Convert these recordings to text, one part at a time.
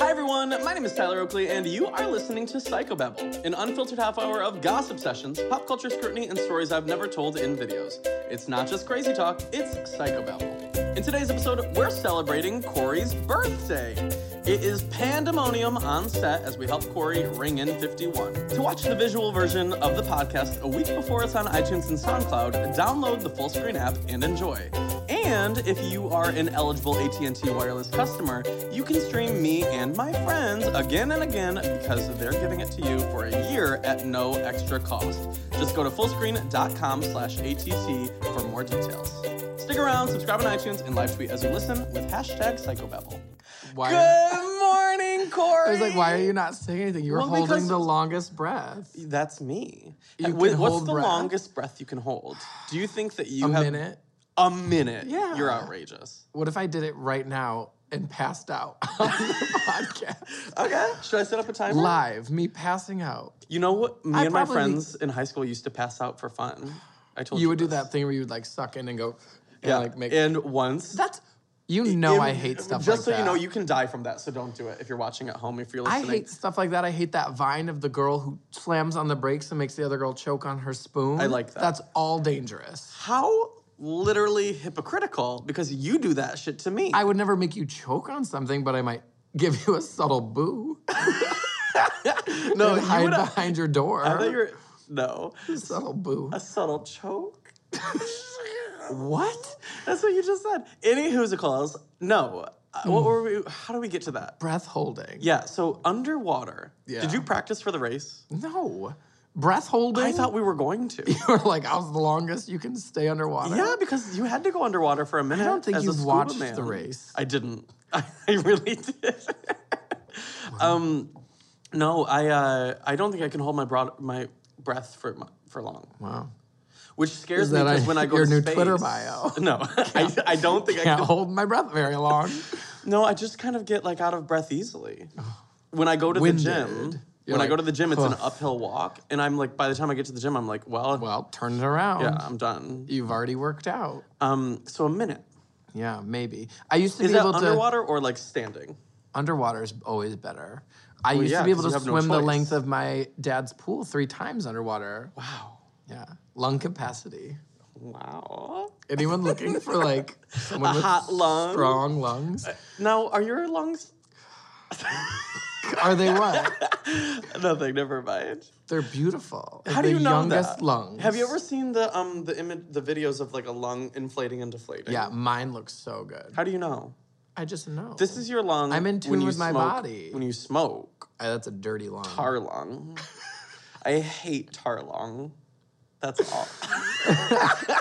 everyone, my name is Tyler Oakley, and you are listening to Psychobabble, an unfiltered half hour of gossip sessions, pop culture scrutiny, and stories I've never told in videos. It's not just crazy talk, it's Psychobabble. In today's episode, we're celebrating Corey's birthday. It is pandemonium on set as we help Corey ring in 51. To watch the visual version of the podcast a week before it's on iTunes and SoundCloud, download the full screen app and enjoy. And if you are an eligible AT&T wireless customer, you can stream me and my friends again and again because they're giving it to you for a year at no extra cost. Just go to fullscreen.com slash ATT for more details. Stick around, subscribe on iTunes, and live tweet as you listen with hashtag psychobabble. Why? Good morning, Corey. I was like, why are you not saying anything? You were Well, because- holding the longest breath. That's me. You And can wh- What's hold the breath? longest breath you can hold? Do you think that you A have minute. a minute? Yeah. you're outrageous. What if I did it right now and passed out on the podcast? Okay, should I set up a timer? Live, me passing out. You know what? Me I and my probably- friends in high school used to pass out for fun. I told you You would do this. that thing where you would like suck in and go, and Yeah, like make. and once. that's you know I If- hate stuff. Just like so that. you know, you can die from that, so don't do it. If you're watching at home, if you're I listening, hate stuff like that. I hate that vine of the girl who slams on the brakes and makes the other girl choke on her spoon. I like that. That's all dangerous. how literally hypocritical because you do that shit to me. I would never make you choke on something, but I might give you a subtle boo. no, and you hide would. I behind your door. thought you were no subtle boo. a subtle choke. What? That's what you just said. Any who's a calls? No. Uh, Mm. What were we? How do we get to that? Breath holding. Yeah. So underwater. Yeah. Did you practice for the race? No. Breath holding. I thought we were going to. you were like, I was the longest you can stay underwater. Yeah, because you had to go underwater for a minute. I don't think as a you've scuba watched man. the race. I didn't. I really did. um, no, I uh, I don't think I can hold my broad, my breath for mu- for long. Wow. Which scares that me because on when I go your to new space- Twitter bio? No, I, I don't think I Can't can. hold my breath very long. No, I just kind of get like out of breath easily. When I go to Oh. Winded. the gym, You're when I like, go to the gym, it's an "Huh." uphill walk, and I'm like, by the time I get to the gym, I'm like, well, well, turn it around. yeah, I'm done. You've already worked out. Um, so a minute. Yeah, maybe. I used to Is be that able to underwater or like standing? underwater is always better. I used yeah, to be able 'cause to you have no swim the choice. length of my dad's pool three times underwater. Wow. Yeah. Lung capacity. Wow. Anyone looking for like someone A with hot lung? strong lungs? Now, are your lungs? Are they what? Nothing. Never mind. They're beautiful. Like How do the you know youngest that? lungs. Have you ever seen the um the image the videos of like a lung inflating and deflating? Yeah, mine looks so good. How do you know? I just know. This is your lung. I'm in tune when you with my smoke- body. When you smoke, Ah, that's a dirty lung. tar lung. I hate tar lung. That's all.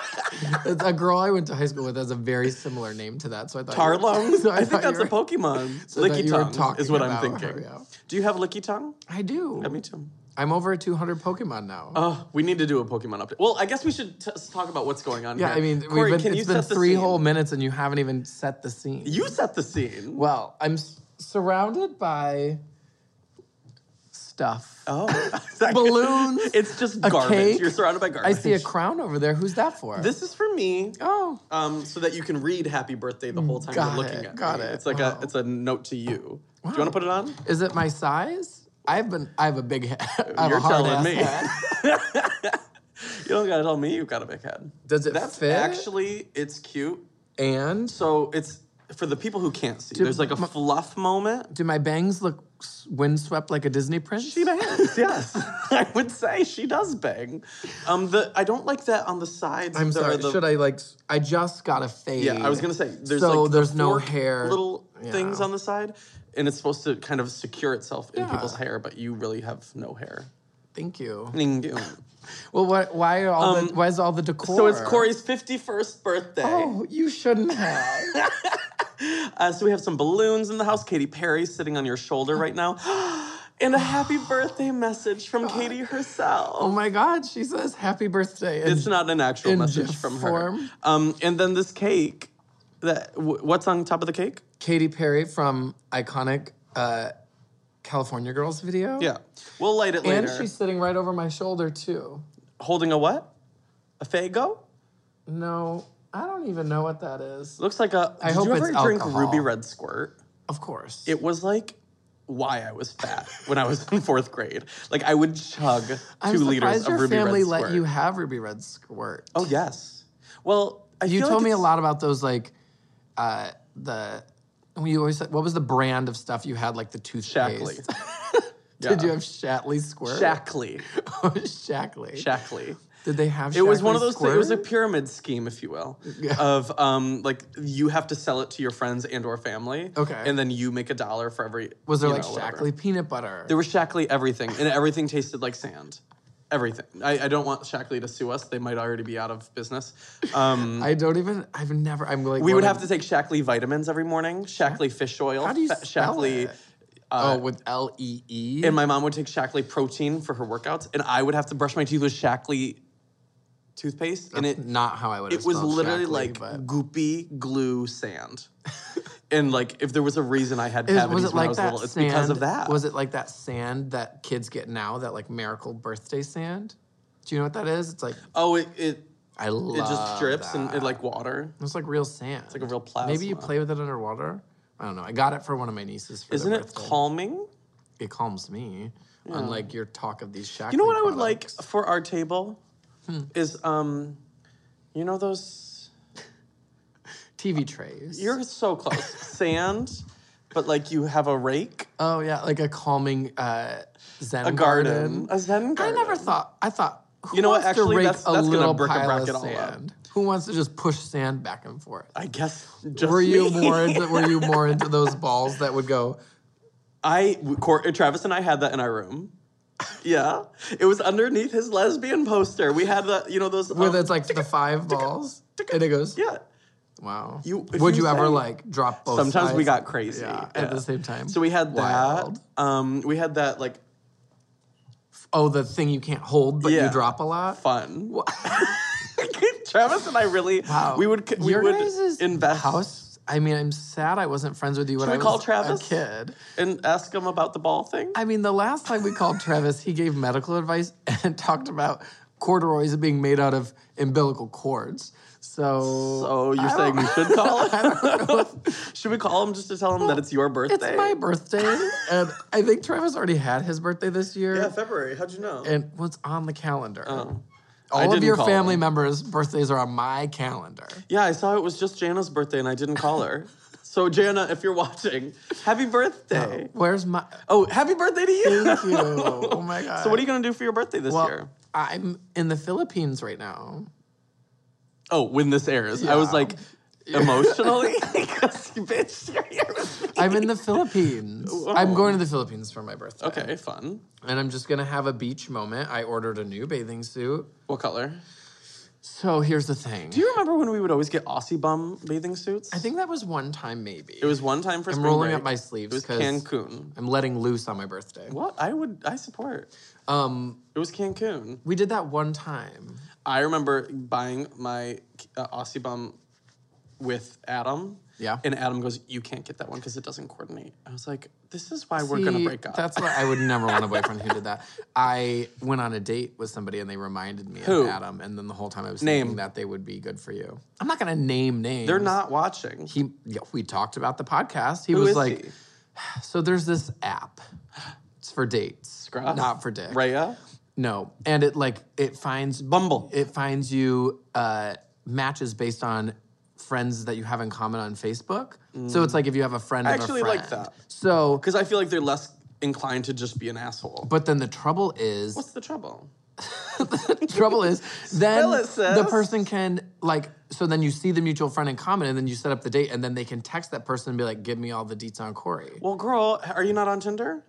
It's a girl I went to high school with has a very similar name to that, so I thought tar you were- lung. so I, thought think that's you a were- Pokemon. so I thought licky you were tongue is talking what I'm about her, thinking. yeah. Do you have licky tongue? I do. Me too. I'm over 200 Pokemon now. Oh, we need to do a Pokemon update. Well, I guess we should t- talk about what's going on yeah, here. I mean, Corey, we've been, can you it's been set the three scene? whole minutes and you haven't even set the scene. You set the scene. well, I'm s- surrounded by stuff. Oh, Balloons, It's just a garbage. cake. You're surrounded by I garbage. see a crown over there. Who's that for? This is for me, Oh. um, so that you can read "Happy Birthday" the whole time Got you're looking it, at got me. it. It's like Wow. a it's a note to you. Do you want to put it on? Is it my size? I've been. I have a big head. I have You're a hard telling ass me. head. You don't gotta tell me you've got a big head. Does it That's fit? actually it's cute. and So it's for the people who can't see. There's like a fluff moment. do my bangs look s- windswept like a Disney prince? She bangs, yes. I would say she does bang. Um, the I don't like that on the sides. I'm that are sorry. the- should I like? s- I just got a fade. Yeah, I was gonna say there's so like the there's no fork hair. little things Yeah. on the side, and it's supposed to kind of secure itself in Yeah. people's hair, but you really have no hair. Thank you. Ning you. Well, what, why are all the why is all the decor? Um, so it's Corey's 51st birthday. Oh, you shouldn't have. Uh, so we have some balloons in the house. Katy Perry sitting on your shoulder right now, and a happy birthday message from Katy herself. oh my God, she says happy birthday. And it's not an actual in message GIF from her. form. Um, and then this cake. That wh- what's on top of the cake? Katy Perry from iconic uh, California Girls video. Yeah, we'll light it And later. she's sitting right over my shoulder too. holding a what? A Fago? No, I don't even know what that is. Looks like a. did hope you ever it's drink alcohol. Ruby Red Squirt? Of course. It was like why I was fat when I was in fourth grade. Like I would chug 2 I'm liters surprised your of Ruby family Red let Squirt. you have Ruby Red Squirt. oh yes. Well, I you feel told like me a it's- lot about those like uh, the. You always said, what was the brand of stuff you had like the Shackley. toothpaste? Did Yeah. you have Shatley Squirt? Shackley. Oh, Shackley. Shackley. Did they have? It was one Shackley of those things. It was a Squirt? pyramid scheme, if you will, Yeah. of um, like you have to sell it to your friends and or family. Okay. And then you make a dollar for every. Was there you like know, whatever. Shackley peanut butter? There was Shackley everything, and everything tasted like sand. Everything. I, I don't want Shackley to sue us. They might already be out of business. Um, I don't even. I've never. I'm like. we would going- have to take Shackley vitamins every morning. Shackley fish oil. How do you fa- spell Shackley. it? oh, with L E E. And my mom would take Shackley protein for her workouts, and I would have to brush my teeth with Shackley toothpaste, and it Not how I would. it was literally like goopy glue sand. and like, if there was a reason I had cavities was it when I like was that little, it's sand? because of that. Was it like that sand that kids get now? That like miracle birthday sand? Do you know what that is? It's like oh, it it, I love. it just drips and it like water. It's like real sand. It's like a real Maybe you plasma. play with it underwater. I don't know. I got it for one of my nieces. For Isn't their it birthday. calming? It calms me. Unlike your talk of these Shackley. You know what I would like for our table is um, you know those. TV trays. You're so close. sand, but like you have a rake, oh yeah, like a calming uh, Zen a garden, a zen I garden. never thought. I thought. Who You know what, wants to actually, rake that's- a that's gonna little brick a pile bracket of all up. sand? Who wants to just push sand back and forth? I guess. Just Were you me. more into, were you more into those balls that would go? I Cor- Travis and I had that in our room. Yeah, it was underneath his lesbian poster. We had the you know those Where um, that's like the five balls, and it goes. yeah. Wow. You- if would you you ever sang- like drop both? Sometimes we sides? got crazy Oh, Yeah, yeah. at the same time. So we had Wild. that. Um, we had that like oh the thing you can't hold but Yeah. you drop a lot. fun. Travis and I really Wow. we would c- we Your would guys' invest house. I mean, I'm sad I wasn't friends with you when Should I we was call Travis? a kid. and ask him about the ball thing. I mean, the last time we called Travis, he gave medical advice and talked about corduroys being made out of umbilical cords. So, so you're I saying we don't- should call him? should we call him just to tell him that it's your it's birthday? my birthday, and I think Travis already had his birthday this year, yeah, February. How'd you know? and what's on the calendar? Oh, I All of didn't your call family him. members' birthdays are on my calendar. Yeah, I saw it was just Jana's birthday and I didn't call her. so Jana, if you're watching, happy birthday. Where's my? Oh, happy birthday to you. Thank you. Oh my god. so what are you going to do for your birthday this Well, year? I'm in the Philippines right now. Oh, when this airs. I was Yeah. like emotionally because bitch, you're here with me. I'm in the Philippines. I'm going to the Philippines for my birthday. Okay, fun. and I'm just gonna have a beach moment. I ordered a new bathing suit. What color? So here's the thing. Do you remember when we would always get Aussie bum bathing suits? I think that was one time maybe. it was one time for I'm spring rolling break. up my It sleeves was Cancun. I'm letting loose on my birthday. What? I would I support. Um, It was Cancun. we did that one time. I remember buying my uh, Aussie bum with Adam. Yeah. And Adam goes, "You can't get that one because it doesn't coordinate." I was like, "This is why we're gonna See, break up." That's why I would never want a boyfriend who did that. I went on a date with somebody and they reminded me Who? of Adam, and then the whole time I was Name. thinking that they would be good for you. I'm not gonna name names. They're not watching. He. yeah, we talked about the podcast. He Who was is like, he? so there's this app. It's for dates, Scruff? not for dick. Raya, No, and it like it finds Bumble. it finds you uh, matches based on friends that you have in common on Facebook. So it's like if you have a friend, Mm. I of a actually like friend. that. So, Because I feel like they're less inclined to just be an asshole. but then the trouble is, What's the trouble? the trouble is, then Spill it, sis. the person can like. So then you see the mutual friend in common, and then you set up the date, and then they can text that person and be like, "Give me all the deets on Corey." Well, girl, are you not on Tinder?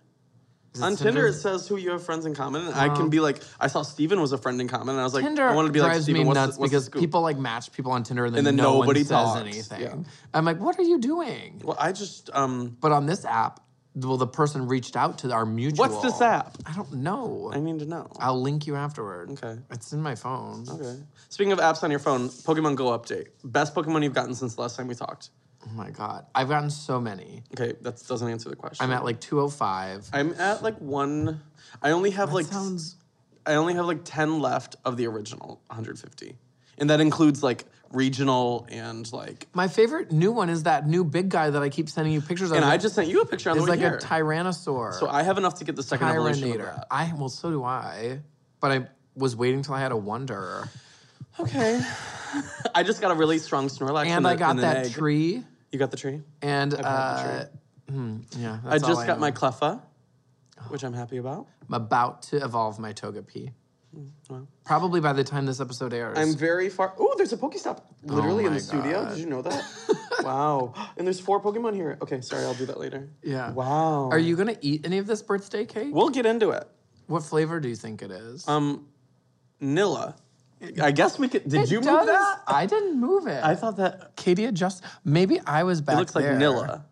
Is it On Tinder, Tinder? it says who you have friends in common, and I can be like, I saw Steven was a friend in common, and I was like, Tinder I wanted to be like drives Steven, me what's the- nuts what's the because scoop?" people like match people on Tinder and then, then no nobody one says talks, anything. yeah. I'm like, what are you doing? Well, I just um, But on this app, well, the person reached out to our mutual. what's this app? I don't know. I need to know. I'll link you afterward. Okay. It's in my phone. Okay. Speaking of apps on your phone, Pokemon Go update. Best Pokemon you've gotten since the last time we talked. Oh my God. I've gotten so many. Okay, that doesn't answer the question. I'm at like 205. I'm at like one. I only have like sounds- I only have like ten left of the original 150, and that includes like regional and like. My favorite new one is that new big guy that I keep sending you pictures of. And I just sent you a picture on the it's way like here. a tyrannosaur. so I have enough to get the second evolution of Tyranator. that. I well, so do I. But I was waiting till I had a wonder, Okay. I just got a really strong Snorlax and and I got that egg. tree, You got the tree. and uh, got hmm, yeah, I that's all Oh. just got know. my Cleffa, which I'm happy about. I'm about to evolve my Togepi. Probably by the time this episode airs. Hmm, I'm very far. Oh, there's a Pokestop literally in Oh my the studio. Did you know that? wow. And there's four Pokemon here. Okay, sorry, I'll do that later. yeah. Wow. Are you gonna eat any of this birthday cake? We'll get into it. What flavor do you think it is? Um, Nilla. I guess we could. Did It you move does- that? I didn't move it. I thought that Katie adjust. Maybe I was back. it looks like there. Nilla.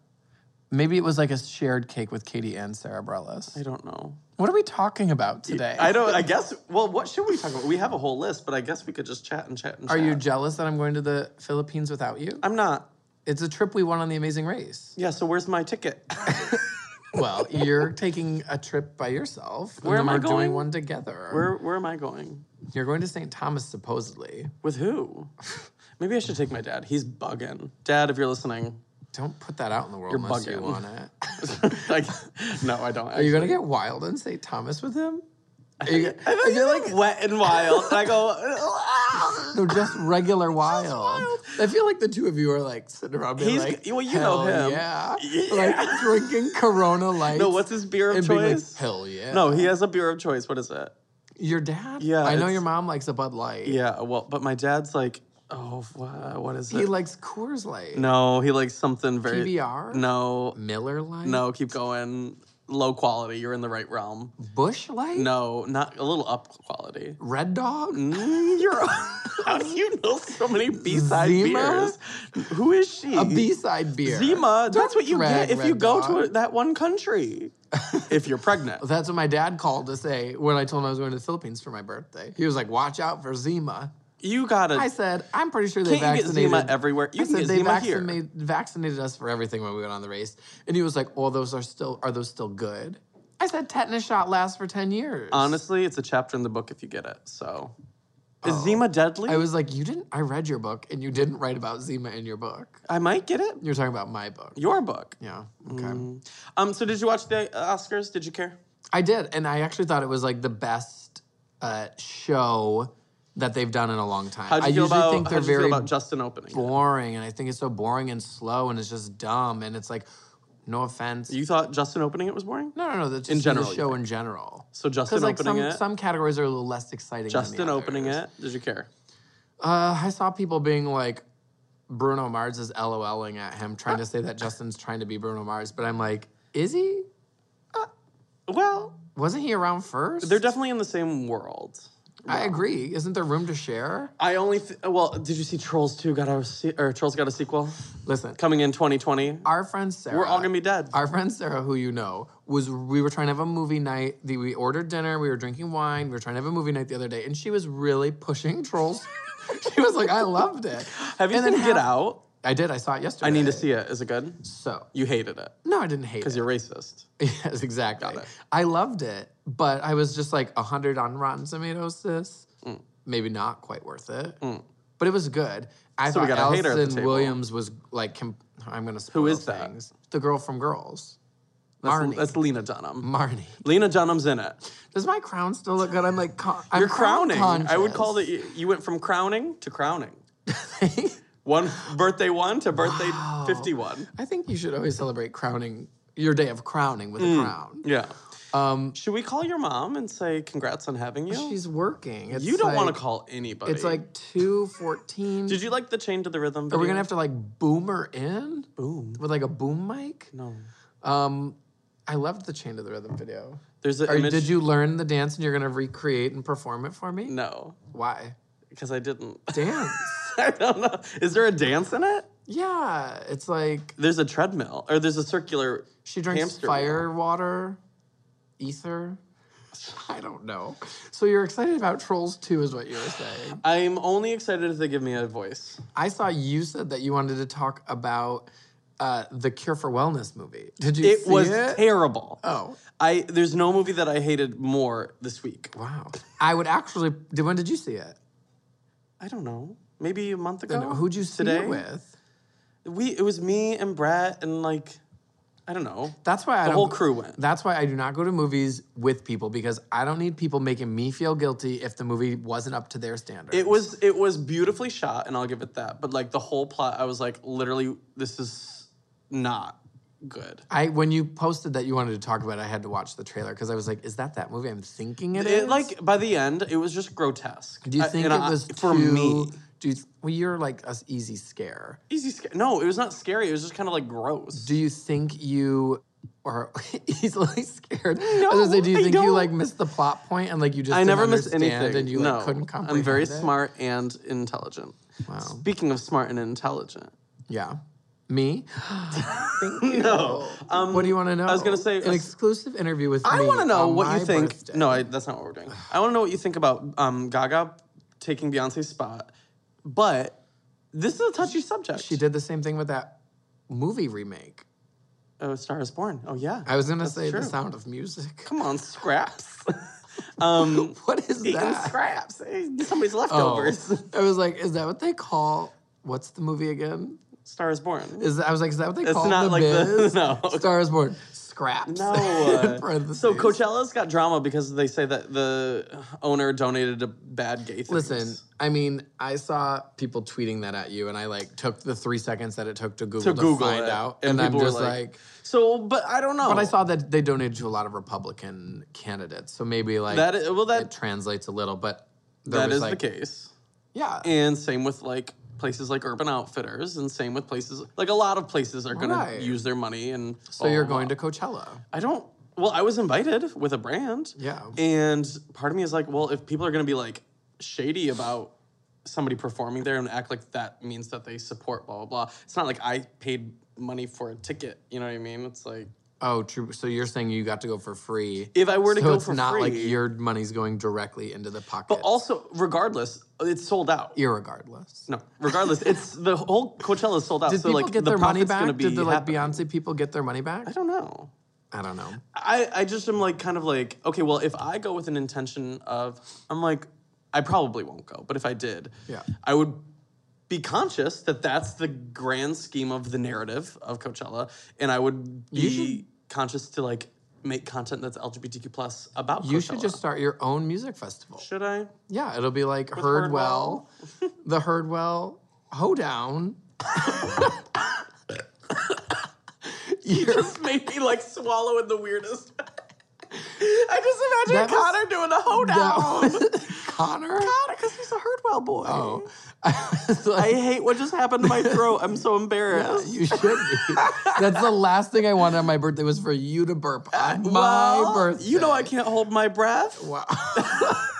Maybe it was like a shared cake with Katie and Sarah Bareilles. I don't know. What are we talking about today? I don't. I guess. Well, what should we talk about? We have a whole list, but I guess we could just chat and chat and. Are chat. you jealous that I'm going to the Philippines without you? I'm not. It's a trip we won on the Amazing Race. Yeah. So where's my ticket? Well, you're taking a trip by yourself. and Where then am I we're doing going? one together. where Where am I going? You're going to St. Thomas, supposedly. With who? Maybe I should take my dad. He's bugging. Dad, if you're listening, Don't put that out in the world unless you bugging. want it. like, no, I don't. Are you going to get wild in St. Thomas with him? Are you, I think you're like wet and wild, and I go. "Ah." no, just regular wild. I feel like the two of you are like sitting around being He's- like, well, you know "Hell him." Yeah. Yeah. Like drinking Corona Lights. No, what's his beer of and being like, choice? hell yeah. no, he has a beer of choice. What is it? Your dad? Yeah, I know it's- your mom likes a Bud Light. Yeah, well, but my dad's like, oh, wha- what is He it? likes Coors Light. no, he likes something very. PBR? No, Miller Light? no, keep going. Low quality. You're in the right realm. Bush Light? No, not a little up quality. Red Dog? Mm, You're. How do you know so many B-side Zima? beers? Who is she? A B-side beer. Zima. That's Don't what you drag get if Red you go Dog. to a, that one country. if you're pregnant. That's what my dad called to say when I told him I was going to the Philippines for my birthday. He was like, watch out for Zima. You gotta. I said, I'm pretty sure they can't you get vaccinated. Zima everywhere? You I can said get they Zima here. vaccinated, vaccinated us for everything when we went on the race. And he was like, Oh, those are still are those still good? I said tetanus shot lasts for 10 years. Honestly, it's a chapter in the book if you get it. So, is Zima deadly? Oh. I I was like, you didn't I read your book and you didn't write about Zima in your book. might get it. You're talking about my book. Your book. Yeah. Okay. Um. So, did you watch the uh, Oscars? Did you care? I did, and I actually thought it was like the best uh, show that they've done in a long time. How'd you I feel usually about? think they're how'd you feel very about Justin opening? it? boring, and I think it's so boring and slow, and it's just dumb, and it's like, no offense. You thought Justin opening it was boring? no, no, no. That's just general, the you show in general. So Justin Because like opening some, it. some categories are a little less exciting. than Justin the opening others. it. Did you care? Uh, I saw people being like, Bruno Mars is LOLing at him, trying to say that Justin's trying to be Bruno Mars, but I'm like, is he? Well, Wasn't he around first? they're definitely in the same world. I agree. Isn't there room to share? I only th- well, did you see Trolls Two got a se- or Trolls got a sequel Listen, coming in 2020? our friend Sarah. We're all gonna be dead. Our friend Sarah, who you know, was we were trying to have a movie night. The, we ordered dinner, we were drinking wine, we were trying to have a movie night the other day, and she was really pushing trolls. she was like, I loved it. Have you And then seen Get half- Out? I did, I saw it yesterday. I need to see it. Is it good? So You hated it no, I didn't hate because it. you're racist. Yes, exactly. Got it. I loved it, but I was just like hundred on Rotten Tomatoes, sis. Mm. Maybe not quite worth it. But it was good. I So we thought got a hater at the Allison table. Williams was like, com- I'm going to spoil is that? things. The girl from Girls, That's, Marnie. that's Lena Dunham. Marnie. Lena Dunham's in it. Does my crown still look good? I'm like, con- You're crowning. I would call it. that you, you went from crowning to crowning. One birthday one to birthday 51. I think you should always celebrate crowning your day of crowning with Mm. a crown. Yeah. Um, Should we call your mom and say congrats on having you? She's working. It's you don't want like- to call anybody. It's like two fourteen. Did you like the chain to the rhythm? Video? Are we gonna have to like boomer in? Boom. With like a boom mic? No. Um I loved the Chain to the Rhythm video. There's an Are, image. did you learn the dance and you're gonna recreate and perform it for me? No, Why? because I didn't. Dance. I don't know. Is there a dance in it? yeah. It's like There's a treadmill, or there's a circular. she drinks Hamster fire water, ether. I don't know. So you're excited about Trolls 2 is what you were saying. I'm only excited if they give me a voice. I saw you said that you wanted to talk about uh, the Cure for Wellness movie. Did you It see was it? terrible. oh. I there's no movie that I hated more this week. Wow. I would actually. Did, when did you see it? I don't know. maybe a month ago. Who'd you see today? it with? We it was me and Brett and like I don't know. That's why I The don't, whole crew went. That's why I do not go to movies with people because I don't need people making me feel guilty if the movie wasn't up to their standards. It was it was beautifully shot, and I'll give it that. But like the whole plot, I was like, literally, this is not good. I when you posted that you wanted to talk about, it, I had to watch the trailer because I was like, "Is that that movie I'm thinking it is?" It, like by the end, it was just grotesque. do you I- think and it I- was for too- me? Do you, well, you're like a easy scare. Easy scare. No, it was not scary. It was just kind of like gross. Do you think you are easily scared? No, I was gonna say, do you I think you don't. like missed the plot point and like you just I didn't never missed understand anything. and you like, no, couldn't comprehend? I'm very it? smart and intelligent. Wow. Speaking of smart and intelligent, Yeah. Me? Thank you. No, um, what do you want to know? I was gonna say- uh, an exclusive interview with I me want to know on what my you think. birthday. No, I, that's not what we're doing. I want to know what you think about um, Gaga taking Beyonce's spot, but this is a touchy subject. She did the same thing with that movie remake. Oh, Star is Born. Oh yeah. I was gonna say true. The Sound of Music. Come on, scraps. um, What is eating that? scraps. Eh, Somebody's Oh. leftovers. I was like, is that what they call? What's the movie again? Star is Born. Is I was like, is that what they call not the like the- biz? no. Star is Born. Scraps. No. In uh, so parentheses. Coachella's got drama because they say that the owner donated to bad gay things. Listen, I mean, I saw people tweeting that at you, and I like took the three seconds that it took to Google to, Google find it, out, and and, I'm people were just like- like So, but I don't know. But I saw that they donated to a lot of Republican candidates, so maybe like That is- well, that- it translates a little. But there that was, is like, the case. Yeah, And same with like places like Urban Outfitters, and same with places like a lot of places are going Right. to use their money. And so you're going to Coachella. I don't. Well, I was invited with a brand. Yeah. And part of me is like, well, if people are going to be like shady about somebody performing there and act like that means that they support blah blah blah, it's not like I paid money for a ticket. You know what I mean? It's like Oh, true. So you're saying you got to go for free. if I were to so go it's for not free, like your money's going directly into the pocket. but also regardless, it's sold out. irregardless. No, regardless, it's the whole Coachella is sold out. Did so people like get the their money profit's gonna back? be Did the like happy. Beyonce people get their money back? I don't know. I don't know. I, I just am like kind of like okay well if I go with an intention of I'm like I probably won't go but if I did Yeah. I would be conscious that that's the grand scheme of the narrative of Coachella and I would be conscious to like make content that's LGBTQ plus about You Coachella. should just start your own music festival. should I Yeah, it'll be like Herdwell. Herdwell, the Herdwell Hoedown. You're, just made me like swallow in the weirdest. I just That imagine was- Connor doing a that hoedown. was- Connor. Connor, because he's a Herdwell boy. Oh, I was like, I hate what just happened to my throat. I'm so embarrassed. you should be. That's the last thing I wanted on my birthday was for you to burp on my Well, birthday. You know I can't hold my breath.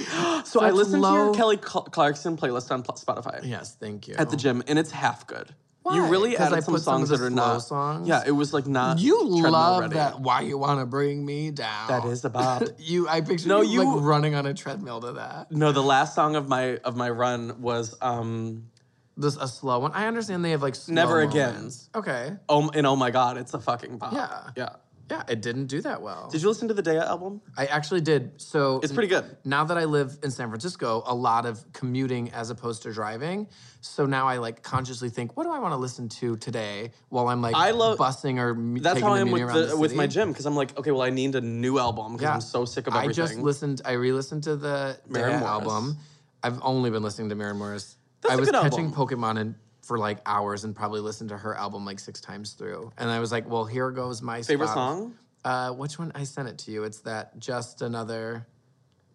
Wow. So I That's listened to your low. Kelly Cl- Clarkson playlist on Pl- Spotify yes, thank you. at the gym, and it's half good. You Why? really 'Cause added I some put some songs of the that are slow not songs? Yeah, it was like not. you treadmill love ready. that. Why you want to bring me down? That is a bop. you. I picture No, you you- like running on a treadmill to that. no, the last song of my of my run was um This a slow one. I understand they have like slow Never Again. moments. Okay. oh and oh my god, it's a fucking bop. Yeah. yeah. Yeah, it didn't do that well. Did you listen to the Daya album? I actually did. So It's pretty good. Now that I live in San Francisco, a lot of commuting as opposed to driving. So now I like consciously think, what do I want to listen to today while I'm like I love- busing or m- That's taking how I the am meeting with around the, the with my city? gym because I'm like, okay, well, I need a new album because Yeah. I'm so sick of I everything. just listened. I re-listened to the Maren Daya Morris. album. I've only been listening to Maren Morris. That's I a was good album. catching Pokemon and for like hours and probably listened to her album like six times through. And I was like, well, here goes my Favorite Spotify- song? Uh, which one? I sent it to you. It's that just another,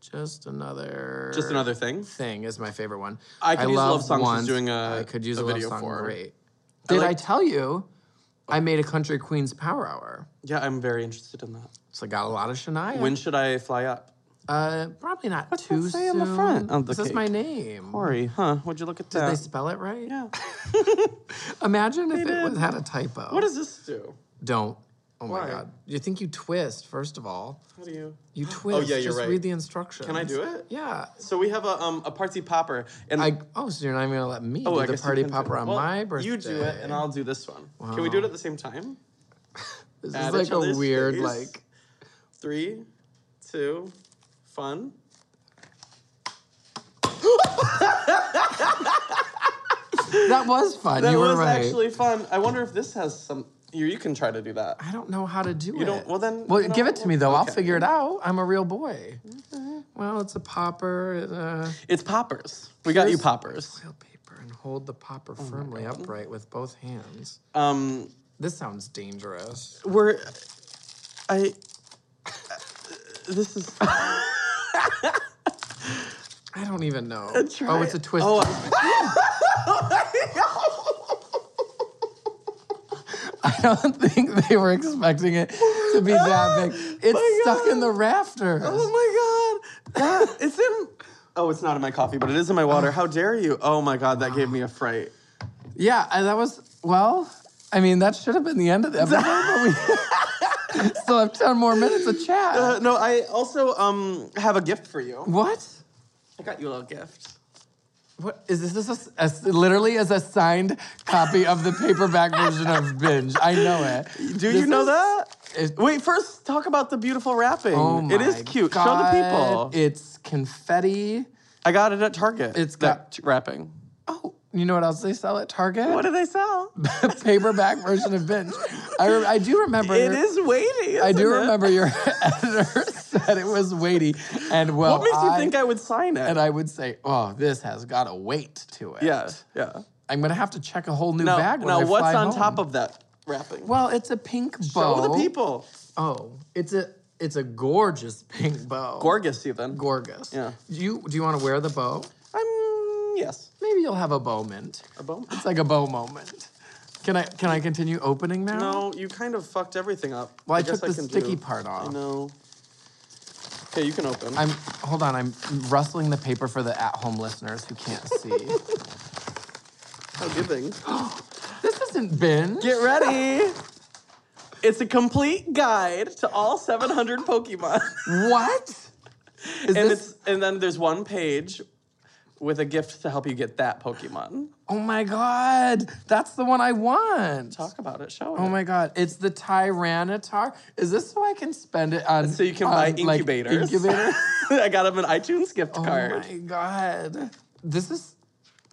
just another, Just another thing. thing is my favorite one. I Could Use a Love Song she's Once. doing a- I could use a a, love video song. for. Great. Did I, liked- tell you? I made a country queens power hour. Yeah, I'm very interested in that. So I got a lot of Shania. When should I fly up? Uh, probably not What's that too say on soon. the front of the this is my cake? name. Corey, huh? Would you look at Did that? they spell it right? yeah. Imagine if did. it was, had a typo. What does this do? Don't. Oh Why? my god. You think you twist first of all? How do you? You twist. Oh, yeah, you're Just right. read the instructions. Can I do it? Yeah. So we have a um a partsy popper and I, oh, so you're not even gonna let me oh, I do the guess you party can do- popper on well, my birthday? You do it and I'll do this one. Can we do it at the same time? This at is each like other's a weird face. like. Three, two, fun. That was fun. That you were was right. actually fun. I wonder if this has some. You, you can try to do that. I don't know how to do it. don't- well, then, Well, you know give what, it to me though. I'll okay. figure it out. I'm a real boy. Well, it's a popper. it, Uh, It's poppers. We got you poppers. real paper, and hold the Oh popper firmly upright with both hands. Um, This sounds dangerous. we're. I. uh, This is. I don't even know. Oh, it's a twist. Oh, I don't think they were expecting it to be that big. It's my stuck in God. the rafters. oh my god! That- it's in. Oh, it's not in my coffee, but it is in my water. How dare you? Oh my god, that gave me a fright. Yeah, and that was well. I mean, that should have been the end of the episode, but we still have ten more minutes of chat. Uh, no, I also um have a gift for you. what? I got you a little gift. What is this? This is a s- literally is a signed copy of the paperback version of Binge. I know it. Do you know that? It, Wait, first talk about the beautiful wrapping. oh my it is cute. Show the God, people. It's confetti. I got it at Target. It's that t- wrapping. Oh, you know what else they sell at Target? What do they sell? paperback version of Binge. I, re- I do remember. it is weighty. I isn't do it? remember your editor said it was weighty, and well, What makes you I- think I would sign it? and I would say, oh, this has got a weight to it. yeah, yeah. I'm gonna have to check a whole new Now, bag. When now I what's fly on home. top of that wrapping? Well, it's a pink bow. Show the people. Oh, it's a it's a gorgeous pink bow. Gorgeous, even. gorgeous. Yeah. Do you do you want to wear the bow? I'm yes. Maybe you'll have a bowment. A bone. It's like a bow moment. Can I can I continue opening now? No, you kind of fucked everything up. Well, I, guess took the can sticky do- part I off. know. Okay, you can open. I'm hold on. I'm rustling the paper for the at-home listeners who can't see. How giving. this isn't binge. Get ready. It's a complete guide to all 700 Pokemon. What? Is and this? it's and then there's one page with a gift to help you get that Pokemon. oh my god! That's the one I want. Talk about it. Show it. Oh my god! It's the Tyranitar. Is this so I can spend it on? So you can on, buy like, incubators. incubators. I got him an iTunes gift oh card. my god! This is.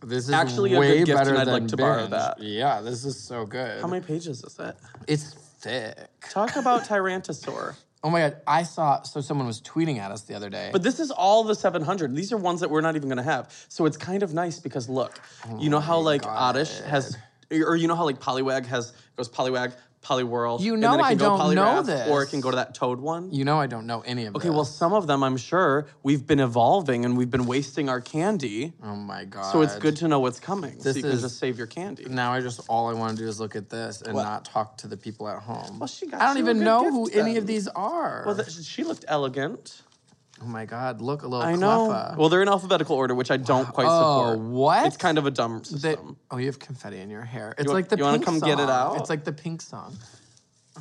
This is Actually a way good gift, better and I'd like than to borrow binge. that. Yeah, this is so good. How many pages is it? It's thick. Talk about Tyrantosaur. Oh my god! I saw. So someone was tweeting at us the other day. But this is all the 700. These are ones that we're not even going to have. So it's kind of nice because look, you Oh know how like Oddish has, or you know how like Poliwag has goes Poliwag, Poliwhirl. You and know then it I can go don't know Poliwrath, this. or it can go to that Toad one. you know I don't know any of. okay, well some of them I'm sure we've been evolving and we've been wasting our candy. Oh my god! So it's good to know what's coming. so This you can is- just save your candy. Now I just all I want to do is look at this and What? not talk to the people at home. Well, she got I don't you a even good know gift who any then. of these are. Well, th- she looked elegant. oh my god! Look a little. I know. Cleffa. Well, they're in alphabetical order, which I don't quite Oh, support. what? It's kind of a dumb system. They- oh, you have confetti in your hair. It's wa- like the you wanna pink come song. get it out? It's like the pink song.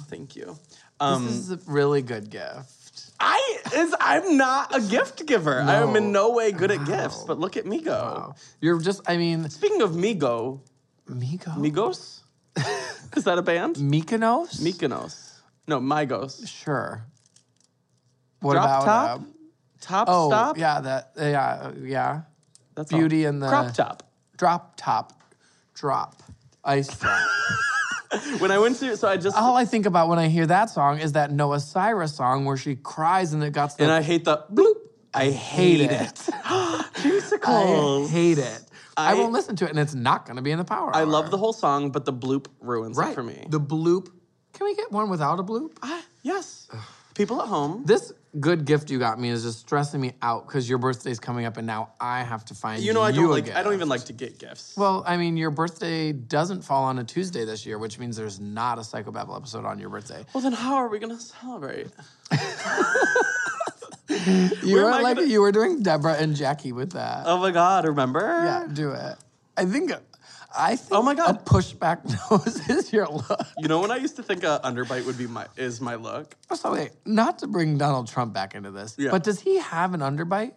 Thank you. This Um, is a really good gift. I is I'm not a gift giver. I am in no way good at gifts. Wow. But look at me go. Oh, you're just. I mean, Speaking of me go, Migo. Migos, is that a band? Mykonos. Mykonos. No, Migos. sure. What Drop about top? uh, Top oh stop. yeah that yeah yeah That's Beauty all. and the- crop top. drop top drop ice drop. When I went to, so I just all I think about when I hear that song is that Noah Cyrus song where she cries and it got the and I hate the bloop. I hate, Hate it. I Chasicles. hate it. I, I- won't listen to it, and it's not going to be in the power. I love the whole song, but the bloop ruins it for me. The bloop. Can we get one without a bloop? Ah, yes. People at home. This good gift you got me is just stressing me out because your birthday's coming up, and now I have to find You know I don't a like. I don't gift. even like to get gifts. Well, I mean, your birthday doesn't fall on a Tuesday this year, which means there's not a Psychobabble episode on your birthday. well, then how are we gonna celebrate? You Where were am I like gonna- you were doing Deborah and Jackie with that. Oh my God! Remember? Yeah, do it. I think. I think. Oh my A God. pushback nose is your look. You know when I used to think a underbite would be my is my look. So wait, not to bring Donald Trump back into this, Yeah. but does he have an underbite?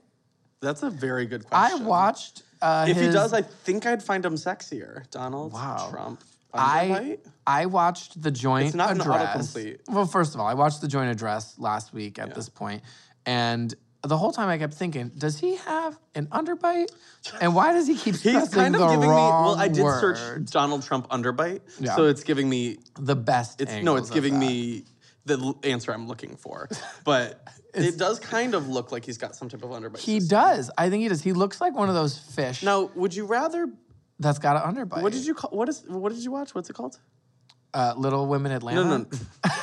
That's a very good I question. watched. Uh, If he his- does, I think I'd find him sexier. Donald Wow. Trump. I Underbite? I watched the joint It's not an address. autocomplete. Well, first of all, I watched the joint address last week at this point, and the whole time I kept thinking, does he have an underbite? And why does he keep He's pressing kind the of giving me. wrong Well, I did search word? Donald Trump underbite, Yeah. so it's giving me. the best. It's no, angles it's of giving that. me the l- answer I'm looking for, but it does kind of look like he's got some type of underbite. He does. I think he does. He looks like one of those fish now, would you rather? that's got an underbite. What did you call? What is? What did you watch? What's it called? uh, Little Women Atlanta? No, no, no.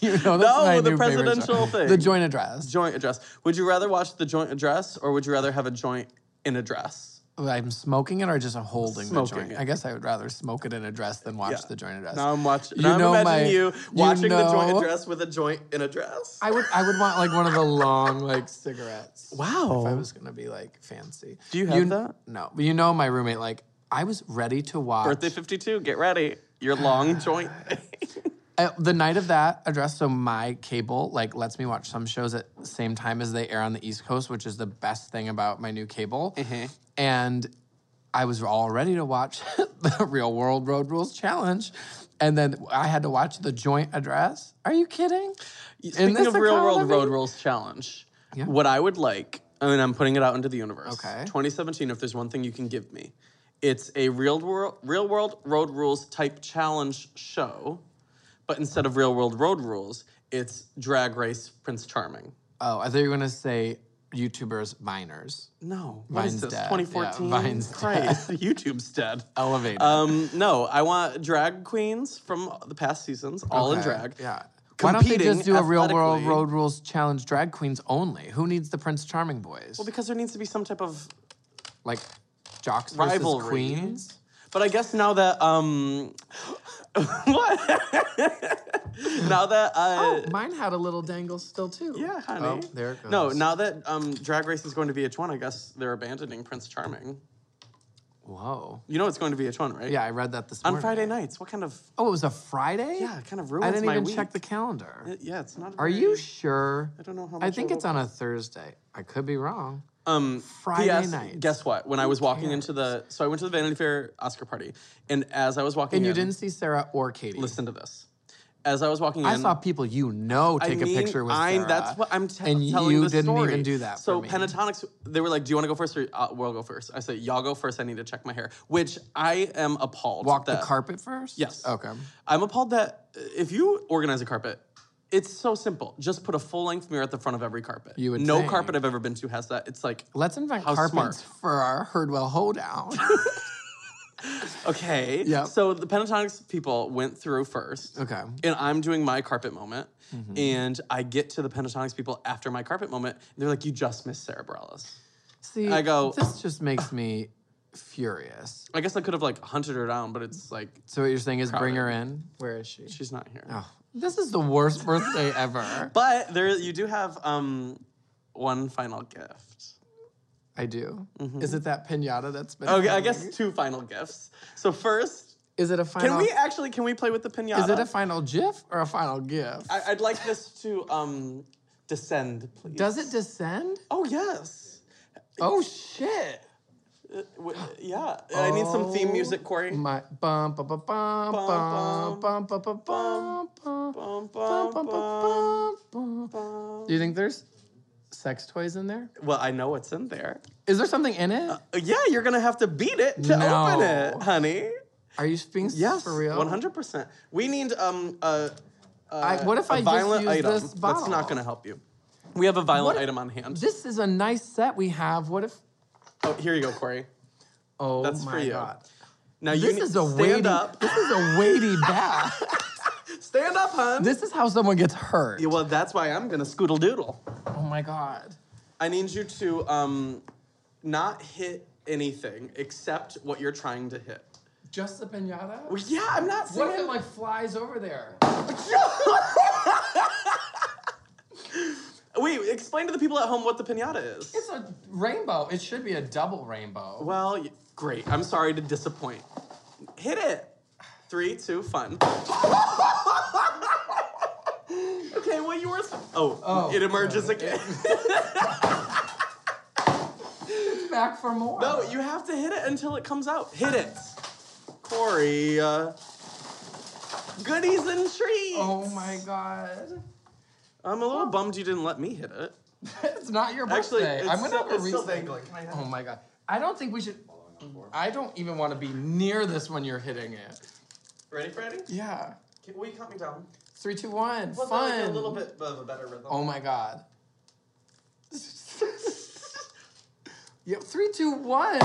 You know, that's No, my the new favorite presidential show. thing. The joint address. joint address. Would you rather watch the joint address or would you rather have a joint in address? I'm smoking it or just holding Smoking the joint. it. I guess I would rather smoke it in address than watch Yeah. the joint address. Now I'm watching. You Now know I'm imagining my- you you watching the joint know- address with a joint in address. I would I would want like one of the long like cigarettes. wow. If I was gonna be like fancy. Do you have that? No. But you know my roommate, like I was ready to watch Birthday 52. Get ready. Your long joint. Uh, the night of that address, so my cable like lets me watch some shows at the same time as they air on the East Coast, which is the best thing about my new cable. Mm-hmm. And I was all ready to watch the Real World Road Rules Challenge, and then I had to watch the joint address. Are you kidding? Speaking this of real world economy? road rules challenge, what I would like, I mean, I'm putting it out into the universe. Okay. 2017. If there's one thing you can give me, it's a real world real world road rules type challenge show, but instead of real world road rules, it's Drag Race Prince Charming. Oh, I thought you were gonna say YouTubers minors. No, what is Vine's this? dead. Yeah, 2014. Vine's Christ, YouTube's dead. Elevated. Um, no, I want drag queens from the past seasons, all in Okay, drag. Yeah. Why don't they just competing do a real world athletically. road rules challenge drag queens only? Who needs the Prince Charming boys? Because there needs to be some type of like jocks rivalry. versus queens. But I guess now that um, what? now that uh, Oh, Mine had a little dangle still too. yeah, honey. Oh, there it goes. No, now that um, Drag Race is going to VH1, I guess they're abandoning Prince Charming. Whoa. You know it's going to VH1, right? Yeah, I read that this On morning. Friday nights, what kind of Oh, it was a Friday. yeah, it kind of ruins I didn't my even week. check the calendar. Yeah, it's not. Are you sure? I don't know how I much think it'll it's on a Thursday. I could be wrong. Um, Friday PS, night. Guess what? When I was walking into the, so I went to the Vanity Fair Oscar party, and as I was walking and in, you didn't see Sarah or Katie. listen to this. As I was walking in, I saw people you know take mean, a picture with I- Sarah. That's what I'm t- and telling you the didn't story. even do that. So for me. Pentatonics, they were like, "Do you want to go first or uh, we'll go first? I said, "Y'all go first. I need to check my hair," which I am appalled. walk the that- carpet first. Yes. Okay. I'm appalled that uh, if you organize a carpet, it's so simple. Just put a full length mirror at the front of every carpet. You would no think. carpet I've ever been to has that. It's like Let's invent How carpets smart. for our Herdwell hoedown. okay. Yep. So the Pentatonics people went through first. okay. Mm-hmm. and I'm doing my carpet moment, and I get to the Pentatonics people after my carpet moment, and they're like, "You just missed Sarah Bareilles." See, I go- This just makes me furious. I guess I could have like hunted her down, but it's like So what you're saying is bring her in. Where is she? she's not here. Oh, this is the worst birthday ever. But there, you do have um, one final gift. I do. Is it that pinata that's been? Okay, I coming? guess two final gifts. So first, Is it a final? can we actually can we play with the pinata? Is it a final GIF or a final GIF? I, I'd like this to um, descend, please. Does it descend? oh yes. Uh, Oh shit! W- yeah, I need some theme Oh music, Corey. My bum bum bum bum Bum, bum bum bum bum bum bum Bum, bum bum, bum bum, bum bum. bum. Do you think there's sex toys in there? Well, I know what's in there. Is there something in it? Uh, Yeah, you're gonna have to beat it to No. open it, honey. Are you being Yes, for real? One hundred percent. We need um a. a I- what if a I just violent use item? this That's bottle? not gonna help you. We have a violent What if- item on hand. This is a nice set we have. What if? oh, here you go, Corey. Oh That's my for you. god! Now you This need, is a stand weighty. up. This is a weighty bag. Stand up, hun. this is how someone gets hurt. Yeah, well, that's why I'm gonna scoodle doodle. Oh my god! I need you to um, not hit anything except what you're trying to hit. Just the pinata. Well, yeah, I'm not saying. what if it like flies over there? Wait, explain to the people at home what the pinata is. It's a rainbow. It should be a double rainbow. Well, y- great. I'm sorry to disappoint. Hit it. Three, two, fun. okay, well, you were. s- Oh, Oh, it emerges again. It's back for more. no, you have to hit it until it comes out. Hit it. Corey. Uh, goodies and treats. Oh my god! I'm a little bummed you didn't let me hit it. it's not your birthday. Actually, it's I'm gonna still- have a it's still rethink. dangling. Can I have Oh my god! I don't think we should. I don't even want to be near this when you're hitting it. Ready, Freddie? Yeah. Can, will you count me down? Three, two, one. Plus, I Fun. like a little bit of a better rhythm. Oh my god. yep. Three, two, one.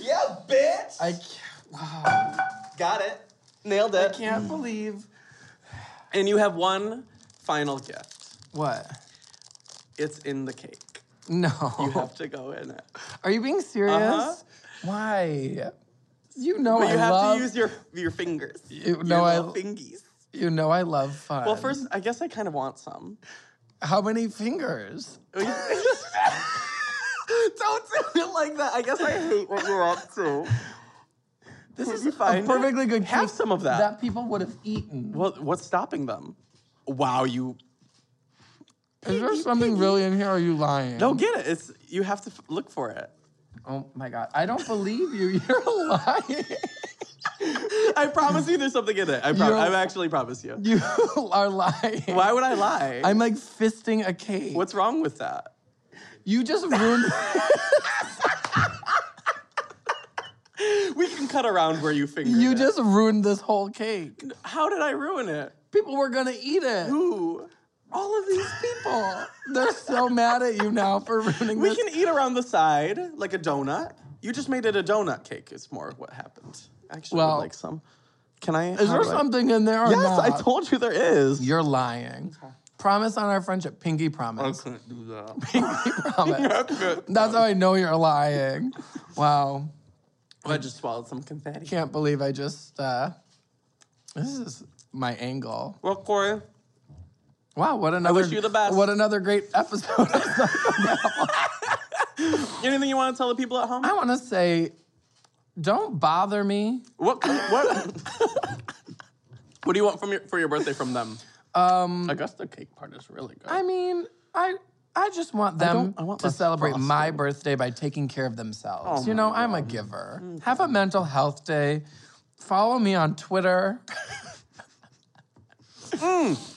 Yeah, bitch! I can't, wow. got it. Nailed I it. can't believe And you have one final gift. what. It's in the cake. No. You Oh. have to go in it. Are you being serious? Uh-huh. Why? You know But I you have love. to use your your fingers. You your know I- little fingies. you know I love fun. Well, first, I guess I kind of want some. how many fingers? Don't do it like that. I guess I hate what you're up to. This Would is you a find it? perfectly good Have cake some of that. that people would have eaten. Well, what's stopping them? Wow, you Is there something really in here? Or are you lying? don't get it. It's you have to f- look for it. Oh my god! I don't believe you. You're lying. I promise you, there's something in it. I pro- You're- I actually promise you. You are lying. Why would I lie? I'm like fisting a cake. what's wrong with that? You just ruined. We can cut around where you finger. you just ruined this whole cake. How did I ruin it? People were gonna eat it. Ooh. All of these people. They're so mad at you now for ruining We this. can eat around the side like a donut. You just made it a donut cake. Is more what happened. Actually, I Well- would like some. Can I? Is there something in there or Yes, not? I told you there is. You're lying. Promise on our friendship. Pinky promise. couldn't do Pinky promise. that. That's how I know you're lying. Wow. I just swallowed some confetti. Can't believe I just uh this is my angle. Well, Corey, Wow, what another wish you the best. What another great episode. anything you want to tell the people at home? I wanna say don't bother me. What? What? what do you want from your for your birthday from them? Um, I guess the cake part is really good. I mean, I I just want them don't- I want Oh to less celebrate my birthday by taking care of themselves. you know, I'm a giver. Mm-hmm. Have a mental health day. Follow me on Twitter.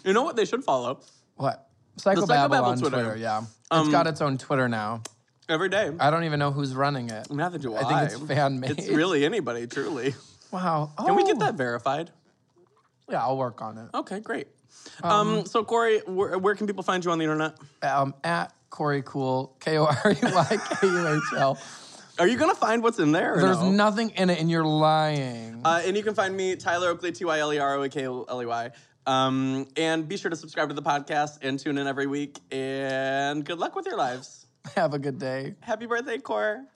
you know what? They should follow What? Psychobabble, Psychobabble on Twitter. Twitter. Um, yeah. it's got its own Twitter now. every day. I don't even know who's running it. Neither do I. think it's fan-made. It's really anybody, truly. Wow. Oh, Can we get that Oh. verified? Yeah, I'll work on it. Okay, great. Um, so Corey, where, where can people find you on the internet? Um, at Corey Cool, K O R E Y K U H L. Are you gonna find what's in there? Or There's no. nothing in it, and you're lying. Uh, and you can find me Tyler Oakley, T Y L E R O A K L E Y. Um, and be sure to subscribe to the podcast and tune in every week. And good luck with your lives. Have a good day. Happy birthday, Core.